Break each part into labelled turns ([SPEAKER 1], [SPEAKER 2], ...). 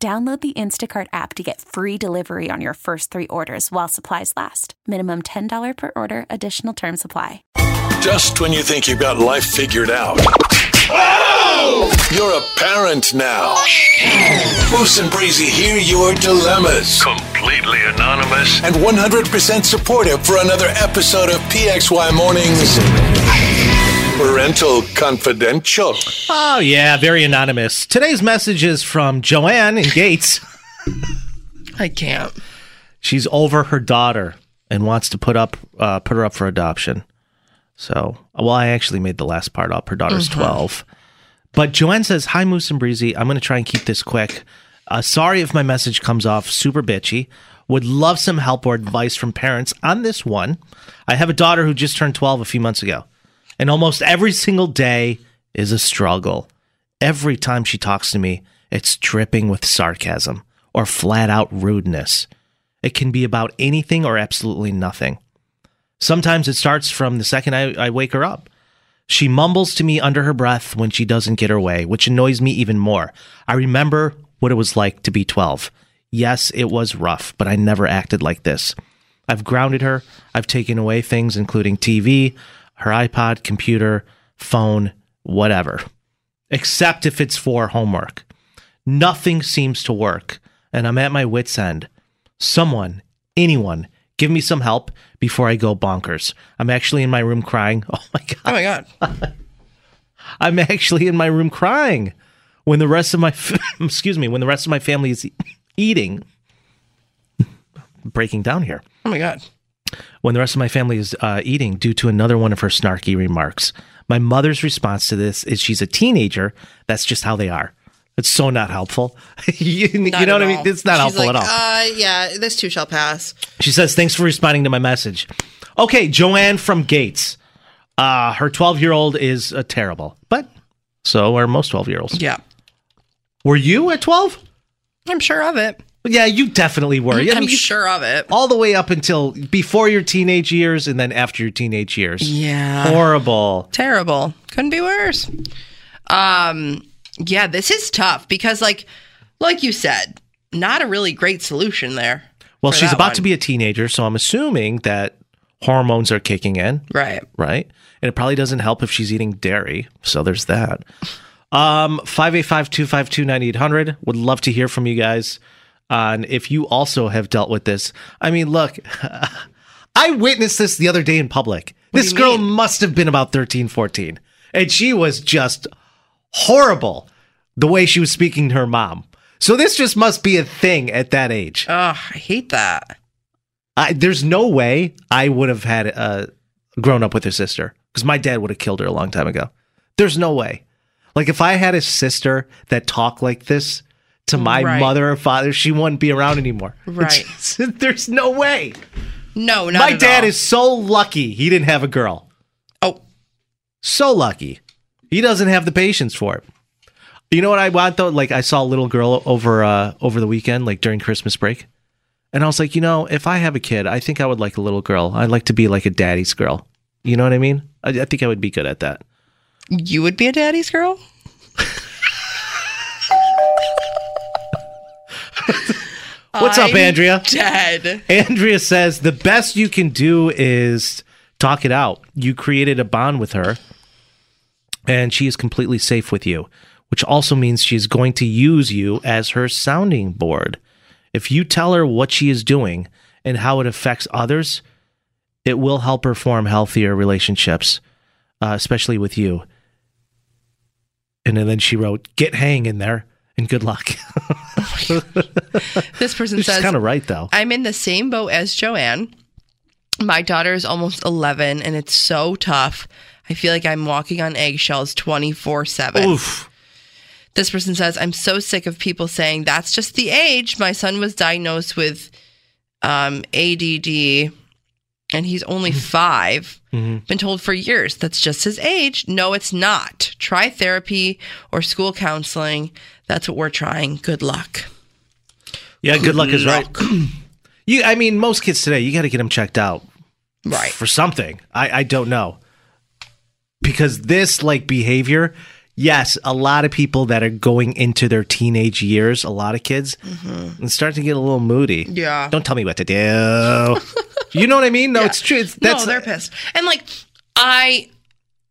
[SPEAKER 1] Download the Instacart app to get free delivery on your first three orders while supplies last. Minimum $10 per order, additional term supply.
[SPEAKER 2] Just when you think you've got life figured out, you're a parent now. Moose and Breezy hear your dilemmas
[SPEAKER 3] Completely anonymous.
[SPEAKER 2] and 100% supportive for another episode of PXY Mornings Parental Confidential.
[SPEAKER 4] Oh, yeah, very anonymous. Today's message is from Joanne in Gates.
[SPEAKER 5] I can't.
[SPEAKER 4] She's over her daughter and wants to put up uh, put her up for adoption. So, well, I actually made the last part up. Her daughter's 12. But Joanne says, Hi, Moose and Breezy. I'm going to try and keep this quick. Uh, sorry if my message comes off super bitchy. Would love some help or advice from parents on this one. I have a daughter who just turned 12 a few months ago, and almost every single day is a struggle. Every time she talks to me, it's dripping with sarcasm or flat out rudeness. It can be about anything or absolutely nothing. Sometimes it starts from the second I, I wake her up. She mumbles to me under her breath when she doesn't get her way, which annoys me even more. I remember what it was like to be 12. Yes, it was rough, but I never acted like this. I've grounded her. I've taken away things, including TV, her iPod, computer, phone, whatever, except if it's for homework. Nothing seems to work, and I'm at my wits' end. Someone, anyone, give me some help before I go bonkers. I'm actually in my room crying. Oh my God.
[SPEAKER 5] Oh my god.
[SPEAKER 4] I'm actually in my room crying when the rest of my excuse me when the rest of my family is e- eating. Breaking down here
[SPEAKER 5] Oh my god.
[SPEAKER 4] when the rest of my family is uh, eating due to another one of her snarky remarks. My mother's response to this is she's a teenager. That's just how they are. It's so not helpful. you, you
[SPEAKER 5] Not
[SPEAKER 4] know
[SPEAKER 5] at
[SPEAKER 4] what I mean?
[SPEAKER 5] all.
[SPEAKER 4] It's not
[SPEAKER 5] She's
[SPEAKER 4] helpful at
[SPEAKER 5] like,
[SPEAKER 4] all.
[SPEAKER 5] Uh, yeah, this too shall pass.
[SPEAKER 4] She says, Thanks for responding to my message. Okay, Joanne from Gates. Uh, her 12 year old is uh, terrible, but so are most 12 year olds.
[SPEAKER 5] Yeah,
[SPEAKER 4] Were you at 12?
[SPEAKER 5] I'm sure of it.
[SPEAKER 4] Yeah, you definitely were. I
[SPEAKER 5] I'm
[SPEAKER 4] mean, you-
[SPEAKER 5] sure of it.
[SPEAKER 4] all the way up until before your teenage years and then after your teenage years.
[SPEAKER 5] Yeah.
[SPEAKER 4] Horrible.
[SPEAKER 5] terrible. Couldn't be worse. Um, yeah, this is tough because, like, like you said, not a really great solution there.
[SPEAKER 4] Well,
[SPEAKER 5] for
[SPEAKER 4] she's
[SPEAKER 5] that
[SPEAKER 4] about
[SPEAKER 5] one.
[SPEAKER 4] to be a teenager, so I'm assuming that hormones are kicking in,
[SPEAKER 5] right.
[SPEAKER 4] right? And it probably doesn't help if she's eating dairy. So there's that. Um, 585-252-9800. Would love to hear from you guys on if you also have dealt with this. I mean, look, I witnessed this the other day in public. this
[SPEAKER 5] you
[SPEAKER 4] girl
[SPEAKER 5] mean?
[SPEAKER 4] must have been about 13, 14. And she was just horrible the way she was speaking to her mom. So this just must be a thing at that age.
[SPEAKER 5] Oh, I hate that.
[SPEAKER 4] I, there's no way I would have had uh, grown up with her sister because my dad would have killed her a long time ago. There's no way. Like if I had a sister that talked like this to my
[SPEAKER 5] Right.
[SPEAKER 4] mother or father, she wouldn't be around anymore.
[SPEAKER 5] Right.
[SPEAKER 4] It's- there's no way.
[SPEAKER 5] No, not
[SPEAKER 4] my
[SPEAKER 5] at
[SPEAKER 4] dad
[SPEAKER 5] all.
[SPEAKER 4] is so lucky he didn't have a girl.
[SPEAKER 5] Oh,
[SPEAKER 4] So lucky. He doesn't have the patience for it. You know what I want though? Like I saw a little girl over uh over the weekend, like during Christmas break. And I was like, you know, if I have a kid, I think I would like a little girl. I'd like to be like a daddy's girl. You know what I mean? I, I think I would be good at that.
[SPEAKER 5] you would be a daddy's girl.
[SPEAKER 4] What's up,
[SPEAKER 5] I'm
[SPEAKER 4] Andrea?
[SPEAKER 5] Dead.
[SPEAKER 4] Andrea says the best you can do is talk it out. You created a bond with her, and she is completely safe with you, which also means she's going to use you as her sounding board. If you tell her what she is doing and how it affects others, it will help her form healthier relationships, uh, especially with you. And then she wrote, "Get hang in there." And good luck.
[SPEAKER 5] This person
[SPEAKER 4] She's
[SPEAKER 5] says
[SPEAKER 4] kind of right, though.
[SPEAKER 5] I'm in the same boat as Joanne. My daughter is almost 11 and it's so tough. I feel like I'm walking on eggshells 24 7.
[SPEAKER 4] Oof.
[SPEAKER 5] This person says, I'm so sick of people saying that's just the age. My son was diagnosed with um, ADD and he's only five. Been told for years that's just his age. No, it's not. Try therapy or school counseling. That's what we're trying. Good luck.
[SPEAKER 4] Yeah, good luck is right. you, I mean, most kids today, you got to get them checked out
[SPEAKER 5] Right.
[SPEAKER 4] for something. I, I don't know. Because this like behavior, yes, a lot of people that are going into their teenage years, a lot of kids, and start to get a little moody.
[SPEAKER 5] Mm-hmm. Yeah.
[SPEAKER 4] Don't tell me what to do. you know what I mean? No, it's true. It's, that's
[SPEAKER 5] no, they're pissed. And like I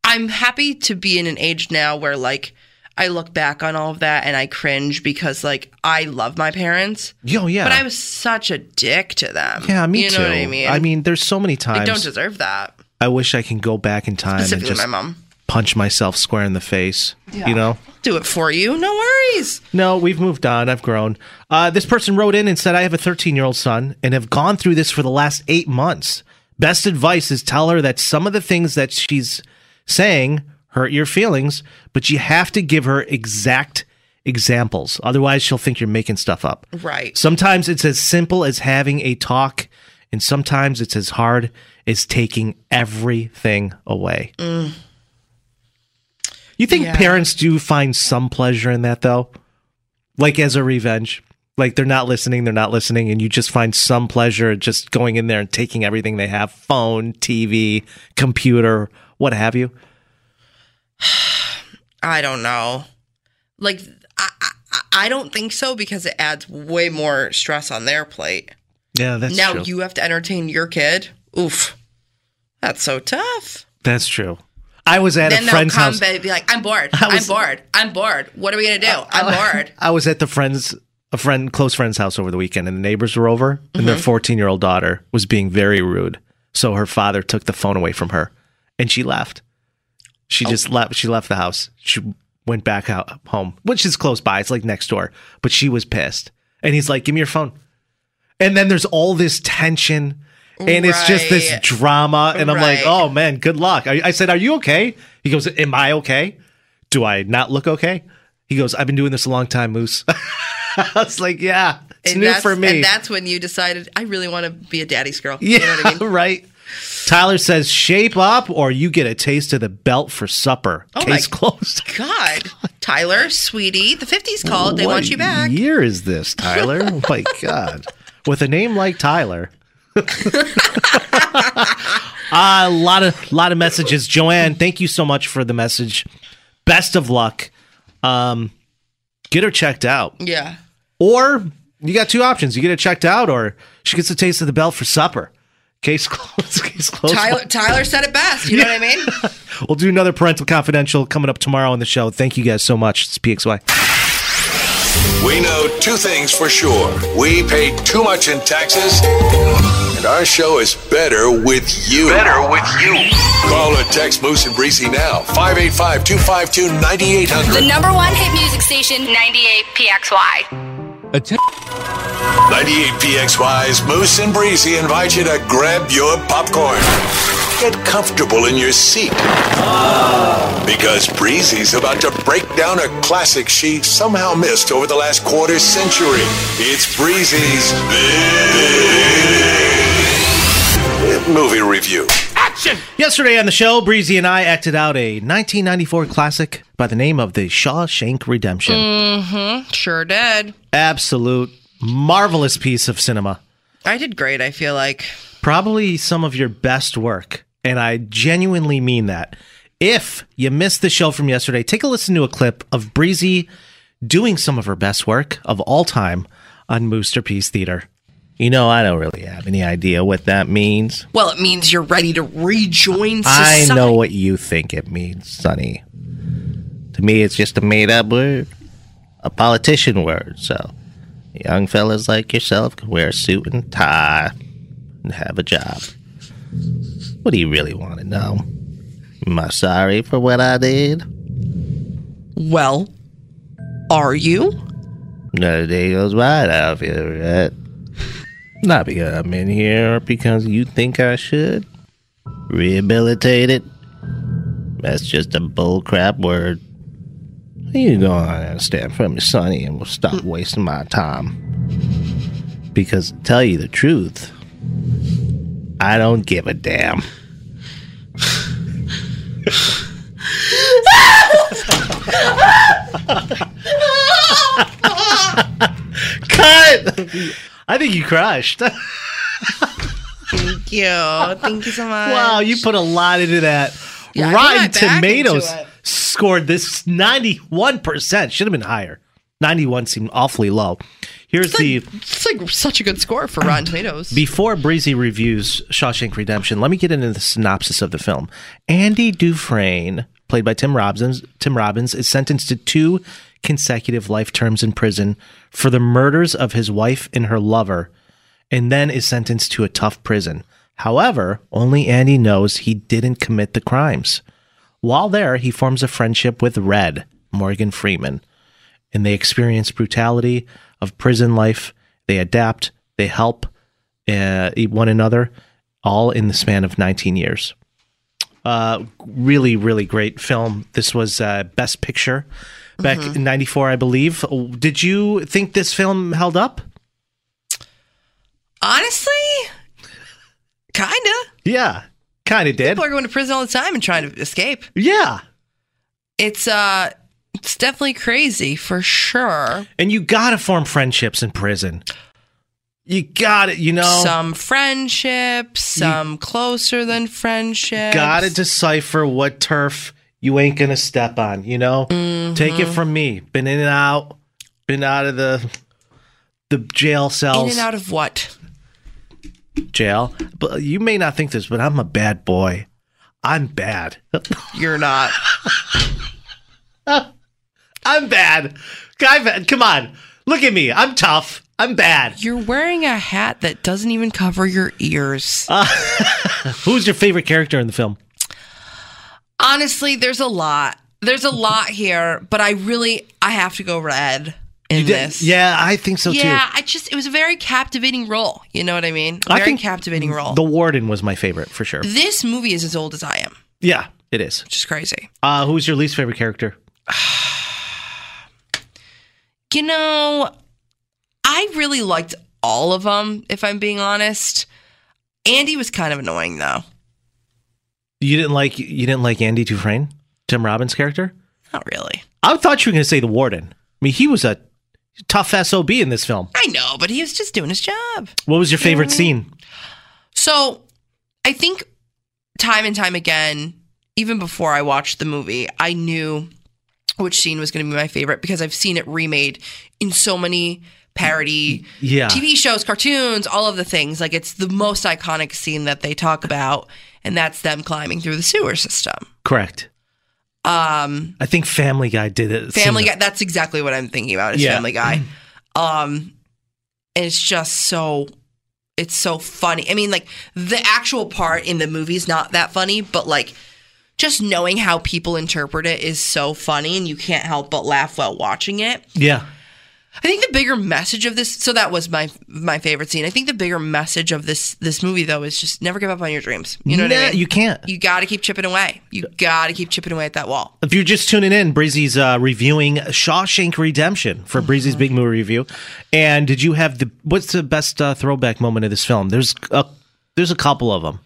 [SPEAKER 5] I'm happy to be in an age now where like I look back on all of that and I cringe because like I love my parents.
[SPEAKER 4] yo, yeah.
[SPEAKER 5] But I was such a dick to them.
[SPEAKER 4] yeah, me
[SPEAKER 5] you
[SPEAKER 4] too.
[SPEAKER 5] know what I mean?
[SPEAKER 4] I mean, there's so many
[SPEAKER 5] I
[SPEAKER 4] times
[SPEAKER 5] don't deserve that.
[SPEAKER 4] I wish I can go back in time and
[SPEAKER 5] Specifically
[SPEAKER 4] just
[SPEAKER 5] my mom.
[SPEAKER 4] punch myself square in the face. You know?
[SPEAKER 5] Do it for you. No worries.
[SPEAKER 4] No, we've moved on. I've grown. Uh, this person wrote in and said, I have a 13 year old son and have gone through this for the last eight months. Best advice is tell her that some of the things that she's saying hurt your feelings, but you have to give her exact examples. Otherwise, she'll think you're making stuff up.
[SPEAKER 5] Right.
[SPEAKER 4] Sometimes it's as simple as having a talk, and sometimes it's as hard as taking everything away. You think
[SPEAKER 5] Yeah.
[SPEAKER 4] parents do find some pleasure in that, though? Like as a revenge? Like they're not listening, they're not listening, and you just find some pleasure just going in there and taking everything they have phone, TV, computer, what have you.
[SPEAKER 5] I don't know. Like I, I I- I don't think so because it adds way more stress on their plate.
[SPEAKER 4] Yeah, that's
[SPEAKER 5] now
[SPEAKER 4] true.
[SPEAKER 5] you have to entertain your kid. Oof. That's so tough.
[SPEAKER 4] that's true. I was at
[SPEAKER 5] then
[SPEAKER 4] a
[SPEAKER 5] they'll
[SPEAKER 4] friend's
[SPEAKER 5] come
[SPEAKER 4] house.
[SPEAKER 5] and be like, "I'm bored.
[SPEAKER 4] was-
[SPEAKER 5] I'm bored. I'm bored. What are we gonna do? I'm bored."
[SPEAKER 4] I was at the friend's a friend close friend's house over the weekend and the neighbors were over and
[SPEAKER 5] Mm-hmm.
[SPEAKER 4] their 14 year old daughter was being very rude. So her father took the phone away from her and she left. She
[SPEAKER 5] Oh.
[SPEAKER 4] just left she left the house. She went back out home, which is close by. It's like next door. But she was pissed. And he's like, Give me your phone. And then there's all this tension. And it's just this
[SPEAKER 5] Right.
[SPEAKER 4] drama. And I'm like,
[SPEAKER 5] Right.
[SPEAKER 4] oh man, good luck. I, I said, Are you okay? He goes, Am I okay? Do I not look okay? He goes, I've been doing this a long time, Moose. I was like, Yeah, it's new
[SPEAKER 5] that's,
[SPEAKER 4] for me.
[SPEAKER 5] And that's when you decided I really want to be a daddy's girl.
[SPEAKER 4] yeah,
[SPEAKER 5] You know what I mean?
[SPEAKER 4] right. Tyler says, Shape up or you get a taste of the belt for supper.
[SPEAKER 5] Oh, my-
[SPEAKER 4] Case closed.
[SPEAKER 5] God, Tyler, sweetie, the fifties called. They
[SPEAKER 4] what
[SPEAKER 5] want you back.
[SPEAKER 4] year is this, Tyler? oh my God. With a name like Tyler. Uh, a lot of lot of messages. Joanne, thank you so much for the message. Best of luck. Um, get her checked out.
[SPEAKER 5] Yeah,
[SPEAKER 4] Or you got two options. You get it checked out or she gets a taste of the bell for supper. Case closed. Case closed.
[SPEAKER 5] Tyler. Tyler said it best. You know what I mean?
[SPEAKER 4] We'll do another parental confidential coming up tomorrow on the show. Thank you guys so much. It's PXY.
[SPEAKER 2] We know two things for sure. We pay too much in taxes, and our show is better with you.
[SPEAKER 3] Better with you.
[SPEAKER 2] Call or text Moose and Breezy now, 585 252
[SPEAKER 6] The
[SPEAKER 2] 9800.
[SPEAKER 6] number one hit music station, 98 PXY.
[SPEAKER 2] 98PXY's Moose and Breezy invite you to grab your popcorn. Get comfortable in your seat. Because Breezy's about to break down a classic she somehow missed over the last quarter century. It's Breezy's Big Movie Review.
[SPEAKER 4] Yesterday on the show, Breezy and I acted out a 1994 classic by the name of The Shawshank Redemption.
[SPEAKER 5] sure did.
[SPEAKER 4] Absolute marvelous piece of cinema.
[SPEAKER 5] I did great. I feel like
[SPEAKER 4] Probably some of your best work, and I genuinely mean that. If you missed the show from yesterday, take a listen to a clip of Breezy doing some of her best work of all time on Mooster Piece Theater. You know, I don't really have any idea what that means.
[SPEAKER 5] well, it means you're ready to rejoin
[SPEAKER 4] I
[SPEAKER 5] society.
[SPEAKER 4] know what you think it means, Sonny. To me, it's just a made up word, a politician word. So, young fellas like yourself can wear a suit and tie and have a job. What do you really want to know? Am I sorry for what I did?
[SPEAKER 5] Well, are you?
[SPEAKER 4] Another day goes by and I don't feel right. Not because I'm in here or because you think I should. Rehabilitated? That's just a bullcrap word. What You don't understand from your sonny, and will stop wasting my time. Because to tell you the truth, I don't give a damn. Cut! I think you crushed.
[SPEAKER 5] Thank you. Thank you so much.
[SPEAKER 4] Wow, you put a lot into that.
[SPEAKER 5] Yeah, I put my
[SPEAKER 4] Rotten
[SPEAKER 5] back into
[SPEAKER 4] Tomatoes
[SPEAKER 5] it.
[SPEAKER 4] scored this 91%. Should have been higher. 91 seemed awfully low. Here's the
[SPEAKER 5] It's like such a good score for Rotten Tomatoes.
[SPEAKER 4] before Breezy reviews Shawshank Redemption, let me get into the synopsis of the film. Andy Dufresne, played by Tim Robbins, Tim Robbins, is sentenced to two consecutive life terms in prison for the murders of his wife and her lover, and then is sentenced to a tough prison. However, only Andy knows he didn't commit the crimes. While there, he forms a friendship with Red, Morgan Freeman and they experience brutality of prison life. They adapt, they help uh, one another, all in the span of 19 years. Uh, really, really great film. This was uh, Best Picture back in 94, I believe. Did you think this film held up?
[SPEAKER 5] Honestly, kinda.
[SPEAKER 4] Yeah, kind of did.
[SPEAKER 5] People are going to prison all the time and trying to escape.
[SPEAKER 4] Yeah.
[SPEAKER 5] It's uh, it's definitely crazy for sure.
[SPEAKER 4] And you got to form friendships in prison. You got it, you know.
[SPEAKER 5] Some friendships, some closer than friendships.
[SPEAKER 4] gotta decipher what turf you ain't gonna step on. You know, take it
[SPEAKER 5] Mm-hmm.
[SPEAKER 4] from me. Been in and out, been out of the the jail
[SPEAKER 5] In
[SPEAKER 4] cells,
[SPEAKER 5] and out of what?
[SPEAKER 4] jail. But you may not think this, but I'm a bad boy. I'm bad.
[SPEAKER 5] You're not.
[SPEAKER 4] I'm bad. Guy, bad. come on, look at me. I'm tough. I'm bad.
[SPEAKER 5] You're wearing a hat that doesn't even cover your ears.
[SPEAKER 4] Uh. Who's your favorite character in the film?
[SPEAKER 5] Honestly, there's a lot. There's a lot here, but I really I have to go red in this.
[SPEAKER 4] Yeah, I think so
[SPEAKER 5] Yeah, I just it was a very captivating role. You know what I mean?
[SPEAKER 4] I
[SPEAKER 5] Very
[SPEAKER 4] think
[SPEAKER 5] captivating role.
[SPEAKER 4] too. The Warden was my favorite for sure.
[SPEAKER 5] this movie is as old as I am,
[SPEAKER 4] Yeah, it is.
[SPEAKER 5] which is crazy.
[SPEAKER 4] Uh, who's your least favorite character?
[SPEAKER 5] You know, I really liked all of them. If I'm being honest, Andy was kind of annoying though.
[SPEAKER 4] You didn't like you didn't like Andy Dufresne, Tim Robbins' character.
[SPEAKER 5] Not really.
[SPEAKER 4] I thought you were going to say the warden. I mean, he was a tough sob in this film.
[SPEAKER 5] I know, but he was just doing his job.
[SPEAKER 4] What was your favorite
[SPEAKER 5] Mm.
[SPEAKER 4] scene?
[SPEAKER 5] So I think time and time again, even before I watched the movie, I knew which scene was going to be my favorite because I've seen it remade in so many parody
[SPEAKER 4] Yeah.
[SPEAKER 5] TV shows, cartoons, all of the things. Like it's the most iconic scene that they talk about, and that's them climbing through the sewer system.
[SPEAKER 4] Correct.
[SPEAKER 5] Um,
[SPEAKER 4] I think Family Guy did it. similar.
[SPEAKER 5] Family Guy. That's exactly what I'm thinking about. Is
[SPEAKER 4] Yeah.
[SPEAKER 5] Family Guy. Um, and it's just so, it's so funny. I mean, like the actual part in the movie's not that funny, but like just knowing how people interpret it is so funny, and you can't help but laugh while watching it.
[SPEAKER 4] Yeah.
[SPEAKER 5] I think the bigger message of this. So that was my my favorite scene. I think the bigger message of this this movie though is just never give up on your dreams. You know what
[SPEAKER 4] Nah,
[SPEAKER 5] I mean?
[SPEAKER 4] You can't.
[SPEAKER 5] You got to keep chipping away. You got to keep chipping away at that wall.
[SPEAKER 4] If you're just tuning in, Breezy's uh, reviewing Shawshank Redemption for Breezy's
[SPEAKER 5] Mm-hmm.
[SPEAKER 4] Big Movie Review. And did you have the what's the best uh, throwback moment of this film? There's a there's a couple of them.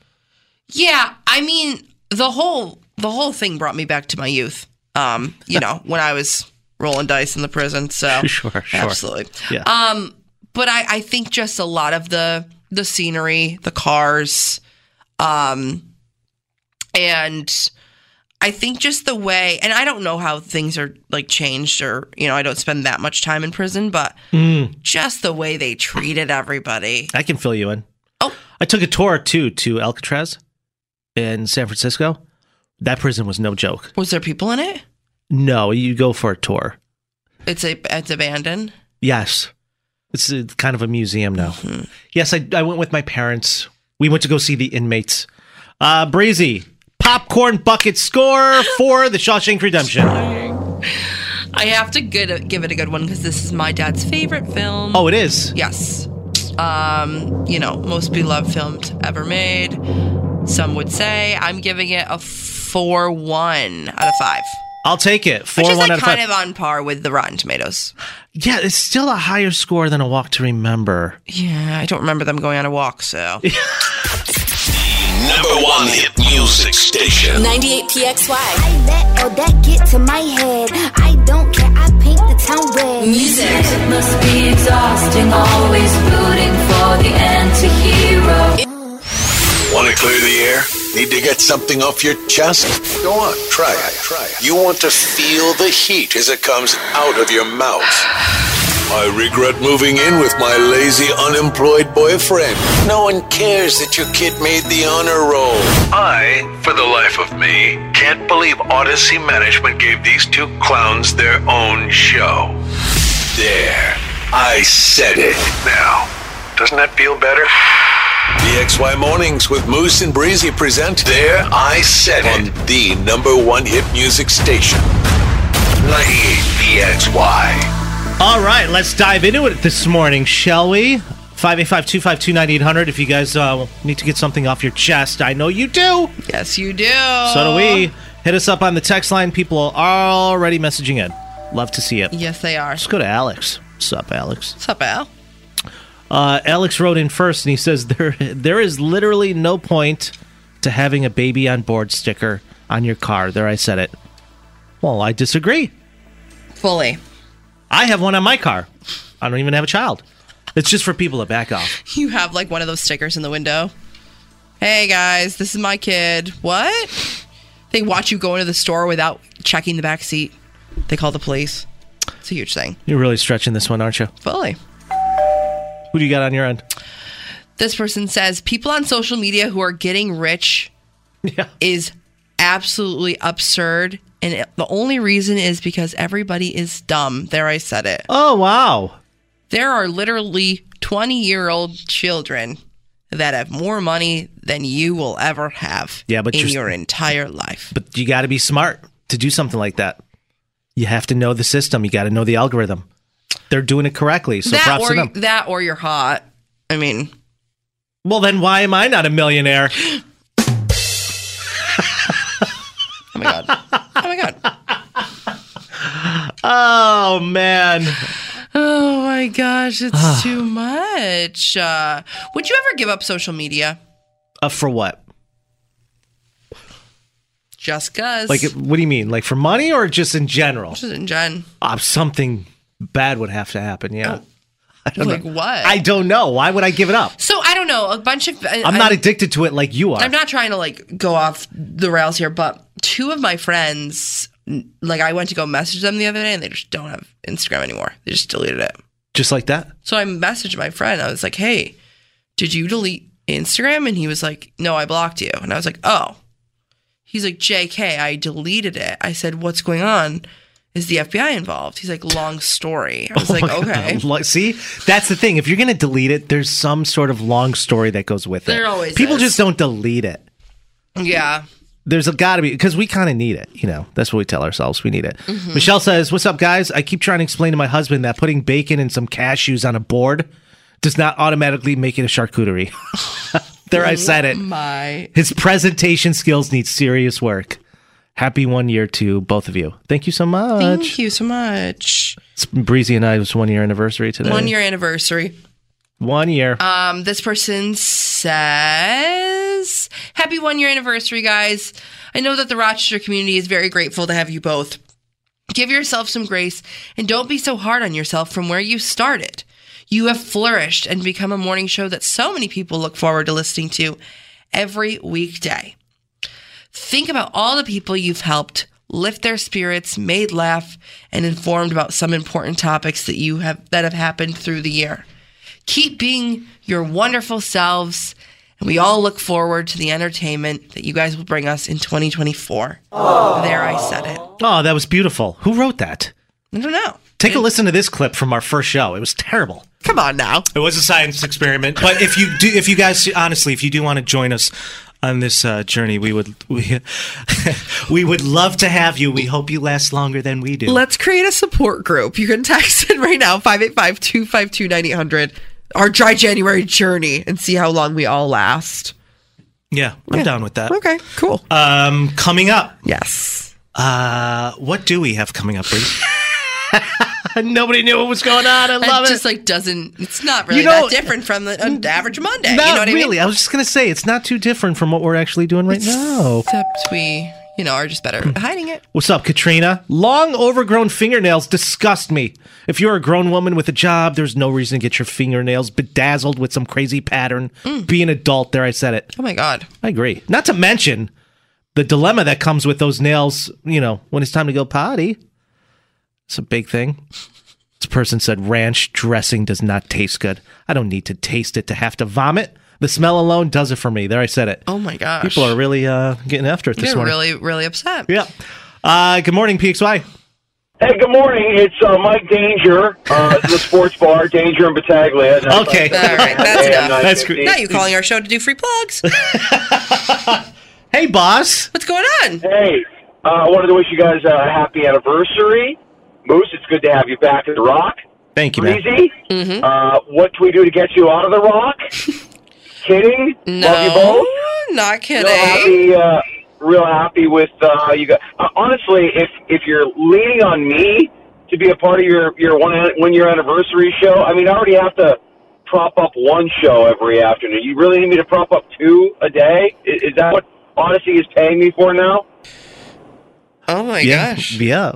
[SPEAKER 5] Yeah, I mean the whole the whole thing brought me back to my youth. Um, you know, when I was rolling dice in the prison. So
[SPEAKER 4] Sure, sure.
[SPEAKER 5] absolutely.
[SPEAKER 4] Yeah.
[SPEAKER 5] Um, but I I think just a lot of the the scenery, the cars, um, and I think just the way, and I don't know how things are like changed, or you know, I don't spend that much time in prison, but
[SPEAKER 4] Mm.
[SPEAKER 5] just the way they treated everybody.
[SPEAKER 4] I can fill you in.
[SPEAKER 5] Oh.
[SPEAKER 4] I took a tour too to Alcatraz in San Francisco. That prison was no joke.
[SPEAKER 5] Was there people in it?
[SPEAKER 4] No, you go for a tour.
[SPEAKER 5] It's a it's abandoned.
[SPEAKER 4] Yes. It's a, kind of a museum now.
[SPEAKER 5] Mm-hmm.
[SPEAKER 4] Yes, I, I went with my parents. We went to go see the inmates. Uh, Breezy, popcorn bucket score for the Shawshank Redemption.
[SPEAKER 5] I have to good, give it a good one because this is my dad's favorite film.
[SPEAKER 4] Oh, it is.
[SPEAKER 5] yes. Um, you know, most beloved film ever made. Some would say I'm giving it a 4 1 out of 5.
[SPEAKER 4] I'll take it. Four
[SPEAKER 5] Which is
[SPEAKER 4] one
[SPEAKER 5] like
[SPEAKER 4] out of
[SPEAKER 5] kind
[SPEAKER 4] five.
[SPEAKER 5] of on par with the Rotten Tomatoes.
[SPEAKER 4] yeah, it's still a higher score than a walk to remember.
[SPEAKER 5] Yeah, I don't remember them going on a walk, so.
[SPEAKER 2] Number one hit music station.
[SPEAKER 7] 98PXY.
[SPEAKER 8] I let all that get to my head. I don't care. I paint the town red.
[SPEAKER 7] Music.
[SPEAKER 9] Must be exhausting, always rooting for the anti-hero.
[SPEAKER 2] Want to clear the air? Need to get something off your chest? Go on, try it. Try it. You want to feel the heat as it comes out of your mouth. I regret moving in with my lazy, unemployed boyfriend. No one cares that your kid made the honor roll.
[SPEAKER 3] I, for the life of me, can't believe Odyssey Management gave these two clowns their own show.
[SPEAKER 2] There, I said it.
[SPEAKER 3] Now, doesn't that feel better?
[SPEAKER 2] BXY Mornings with Moose and Breezy present There, I Said It on the number one hit music station. 98BXY.
[SPEAKER 4] All right, let's dive into it this morning, shall we? 585-252-9800 if you guys uh, need to get something off your chest. I know you do.
[SPEAKER 5] yes, you do.
[SPEAKER 4] So do we. Hit us up on the text line. People are already messaging in. Love to see it.
[SPEAKER 5] Yes, they are.
[SPEAKER 4] Let's go to Alex. What's up, Alex?
[SPEAKER 5] What's up, Al?
[SPEAKER 4] Uh, Alex wrote in first, and he says there there is literally no point to having a baby on board sticker on your car. There, I said it. Well, I disagree.
[SPEAKER 5] Fully.
[SPEAKER 4] I have one on my car. I don't even have a child. It's just for people to back off.
[SPEAKER 5] You have like one of those stickers in the window. Hey guys, this is my kid. What? They watch you go into the store without checking the back seat. They call the police. It's a huge thing.
[SPEAKER 4] You're really stretching this one, aren't you?
[SPEAKER 5] Fully.
[SPEAKER 4] Who do you got on your end?
[SPEAKER 5] This person says people on social media who are getting rich
[SPEAKER 4] Yeah.
[SPEAKER 5] is absolutely absurd. And it- the only reason is because everybody is dumb. There, I said it.
[SPEAKER 4] Oh wow.
[SPEAKER 5] There are literally 20 year old children that have more money than you will ever have
[SPEAKER 4] Yeah, but
[SPEAKER 5] in
[SPEAKER 4] you're-
[SPEAKER 5] your entire life.
[SPEAKER 4] But you got to be smart to do something like that. You have to know the system. You got to know the algorithm. They're doing it correctly, so
[SPEAKER 5] that
[SPEAKER 4] props
[SPEAKER 5] or
[SPEAKER 4] to them.
[SPEAKER 5] that or you're hot. I mean,
[SPEAKER 4] Well, then why am I not a millionaire?
[SPEAKER 5] oh my god. oh my god.
[SPEAKER 4] Oh man.
[SPEAKER 5] Oh my gosh,
[SPEAKER 4] Ah.
[SPEAKER 5] it's too much. Uh, would you ever give up social media?
[SPEAKER 4] Uh, for what?
[SPEAKER 5] Just cuz.
[SPEAKER 4] Like, what do you mean? Like for money or just in general?
[SPEAKER 5] in Jen.
[SPEAKER 4] Uh, something bad would have to happen. Yeah.
[SPEAKER 5] Oh,
[SPEAKER 4] I don't
[SPEAKER 5] Like
[SPEAKER 4] know.
[SPEAKER 5] what?
[SPEAKER 4] I don't know. Why would I give it up?
[SPEAKER 5] so I don't know. A bunch of I,
[SPEAKER 4] I'm not addicted to it like you are.
[SPEAKER 5] I'm not trying to like go off the rails here, but two of my friends, n- like I went to go message them the other day, and they just don't have Instagram anymore. They just deleted it.
[SPEAKER 4] Just like that.
[SPEAKER 5] So I messaged my friend. I was like, "Hey, did you delete Instagram?" And he was like, "No, I blocked you." And I was like, "Oh." He's like, "JK, I deleted it." I said, "What's going on?" Is the FBI involved? He's like, "Long story." I was like, "Okay."
[SPEAKER 4] Like, see, that's the thing. If you're going to delete it, there's some sort of long story that goes with it.
[SPEAKER 5] There always
[SPEAKER 4] People
[SPEAKER 5] is.
[SPEAKER 4] just don't delete it.
[SPEAKER 5] Yeah.
[SPEAKER 4] there's got to be because we kind of need it you know that's what we tell ourselves we need it
[SPEAKER 5] Mm-hmm.
[SPEAKER 4] michelle says what's up guys i keep trying to explain to my husband that putting bacon and some cashews on a board does not automatically make it a charcuterie there i said it
[SPEAKER 5] My
[SPEAKER 4] his presentation skills need serious work happy one year to both of you thank you so much
[SPEAKER 5] Thank you so much.
[SPEAKER 4] It's breezy and i was one year anniversary today
[SPEAKER 5] One year anniversary.
[SPEAKER 4] one year
[SPEAKER 5] Um, this person says, Happy one year anniversary, guys. I know that the Rochester community is very grateful to have you both. Give yourself some grace and don't be so hard on yourself from where you started. You have flourished and become a morning show that so many people look forward to listening to every weekday. Think about all the people you've helped lift their spirits, made laugh, and informed about some important topics that you have that have happened through the year. Keep being your wonderful selves, and we all look forward to the entertainment that you guys will bring us in 2024. There I said it.
[SPEAKER 4] oh that was beautiful who wrote that
[SPEAKER 5] I don't know.
[SPEAKER 4] take a listen to this clip from our first show it was terrible
[SPEAKER 5] Come on now.
[SPEAKER 4] It was a science experiment, but if you do, if you guys honestly, if you do want to join us on this uh, journey, we would we, we would love to have you. We hope you last longer than we do.
[SPEAKER 5] Let's create a support group. You can text it right now 585 252 9800. Our dry January journey and see how long we all last. Uh,
[SPEAKER 4] yeah, I'm down with that.
[SPEAKER 5] Okay, cool.
[SPEAKER 4] Um, coming up,
[SPEAKER 5] Yes.
[SPEAKER 4] Uh, what do we have coming up, Reese? Nobody knew what was going on. I love
[SPEAKER 5] it
[SPEAKER 4] it.
[SPEAKER 5] just like doesn't. It's not really
[SPEAKER 4] You know-
[SPEAKER 5] that different from the an average Monday.
[SPEAKER 4] not
[SPEAKER 5] you know what
[SPEAKER 4] really.
[SPEAKER 5] I mean?
[SPEAKER 4] I was just gonna say it's not too different from what we're actually doing right now.
[SPEAKER 5] Except we, you know, are just better at hiding it.
[SPEAKER 4] What's up, Katrina? Long overgrown fingernails disgust me. If you're a grown woman with a job, there's no reason to get your fingernails bedazzled with some crazy pattern.
[SPEAKER 5] Mm.
[SPEAKER 4] Be an adult. There, I said it.
[SPEAKER 5] Oh my god.
[SPEAKER 4] I agree. Not to mention the dilemma that comes with those nails, you know, when it's time to go potty. It's a big thing. This person said ranch dressing does not taste good. I don't need to taste it to have to vomit. The smell alone does it for me. There, I said it.
[SPEAKER 5] Oh my gosh.
[SPEAKER 4] People are really uh, getting after it this
[SPEAKER 5] You're
[SPEAKER 4] morning.
[SPEAKER 5] really, really upset.
[SPEAKER 4] yeah. Uh, good morning, PXY.
[SPEAKER 7] Hey, good morning. It's uh, Mike Danger, uh, the sports bar, Danger and Battaglia.
[SPEAKER 4] Okay.
[SPEAKER 5] All right, that's
[SPEAKER 7] AM
[SPEAKER 5] enough.
[SPEAKER 4] That's great.
[SPEAKER 7] 950.
[SPEAKER 5] Now you calling our show to do free plugs?
[SPEAKER 4] Hey, boss.
[SPEAKER 5] What's going on?
[SPEAKER 7] Hey, uh, I wanted to wish you guys a happy anniversary. Moose, it's good to have you back at the Rock.
[SPEAKER 4] Thank you, man.
[SPEAKER 7] Breezy, uh, what can we do to get you out of the Rock? Kidding? Love you
[SPEAKER 5] No,
[SPEAKER 7] both.
[SPEAKER 5] not
[SPEAKER 7] Real
[SPEAKER 5] kidding.
[SPEAKER 7] happy, uh, real happy with uh, how you guys. Uh, honestly, if if you're leaning on me to be a part of your your one one year anniversary show, I mean, I already have to prop up one show every afternoon. You really need me to prop up two a day? Is, is that what Odyssey is paying me for now?
[SPEAKER 5] Oh my
[SPEAKER 4] yeah.
[SPEAKER 5] gosh.
[SPEAKER 4] Yeah.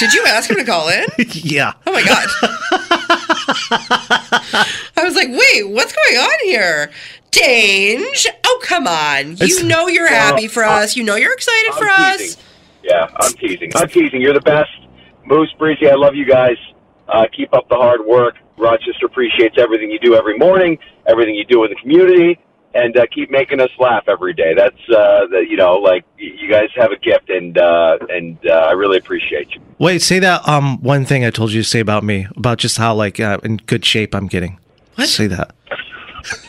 [SPEAKER 5] Did you ask him to call in?
[SPEAKER 4] yeah.
[SPEAKER 5] Oh my god. I was like, wait, what's going on here? Dange. Oh come on.
[SPEAKER 4] It's-
[SPEAKER 5] You know you're happy for us. You know you're excited for
[SPEAKER 7] I'm
[SPEAKER 5] us.
[SPEAKER 7] teasing. Yeah, I'm teasing. I'm teasing. You're the best, Moose Breezy. I love you guys. Uh, keep up the hard work. Rochester appreciates everything you do every morning, everything you do in the community, and uh, keep making us laugh every day. That's uh, the, you know, like y- you guys have a gift, and uh, and uh, I really appreciate you.
[SPEAKER 4] Wait, say that um one thing I told you to say about me about just how like uh, in good shape I'm getting.
[SPEAKER 5] What?
[SPEAKER 4] Say that.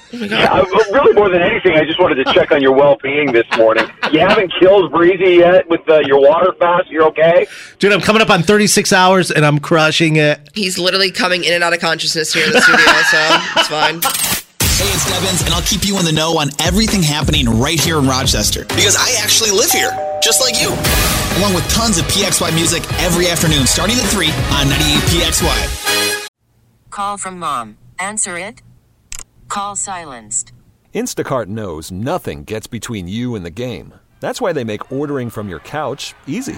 [SPEAKER 7] I, really, more than anything, I just wanted to check on your well-being this morning. You haven't killed Breezy yet with uh, your water fast. You're okay.
[SPEAKER 4] Dude, I'm coming up on 36 hours and I'm crushing it.
[SPEAKER 5] He's literally coming in and out of consciousness here in the studio, so it's fine.
[SPEAKER 10] Hey, it's Debbins, and I'll keep you in the know on everything happening right here in Rochester because I actually live here, just like you. Along with tons of PXY music every afternoon, starting at 3 on 98PXY.
[SPEAKER 1] Call from mom. Answer it. Call silenced.
[SPEAKER 2] Instacart knows nothing gets between you and the game. That's why they make ordering from your couch easy.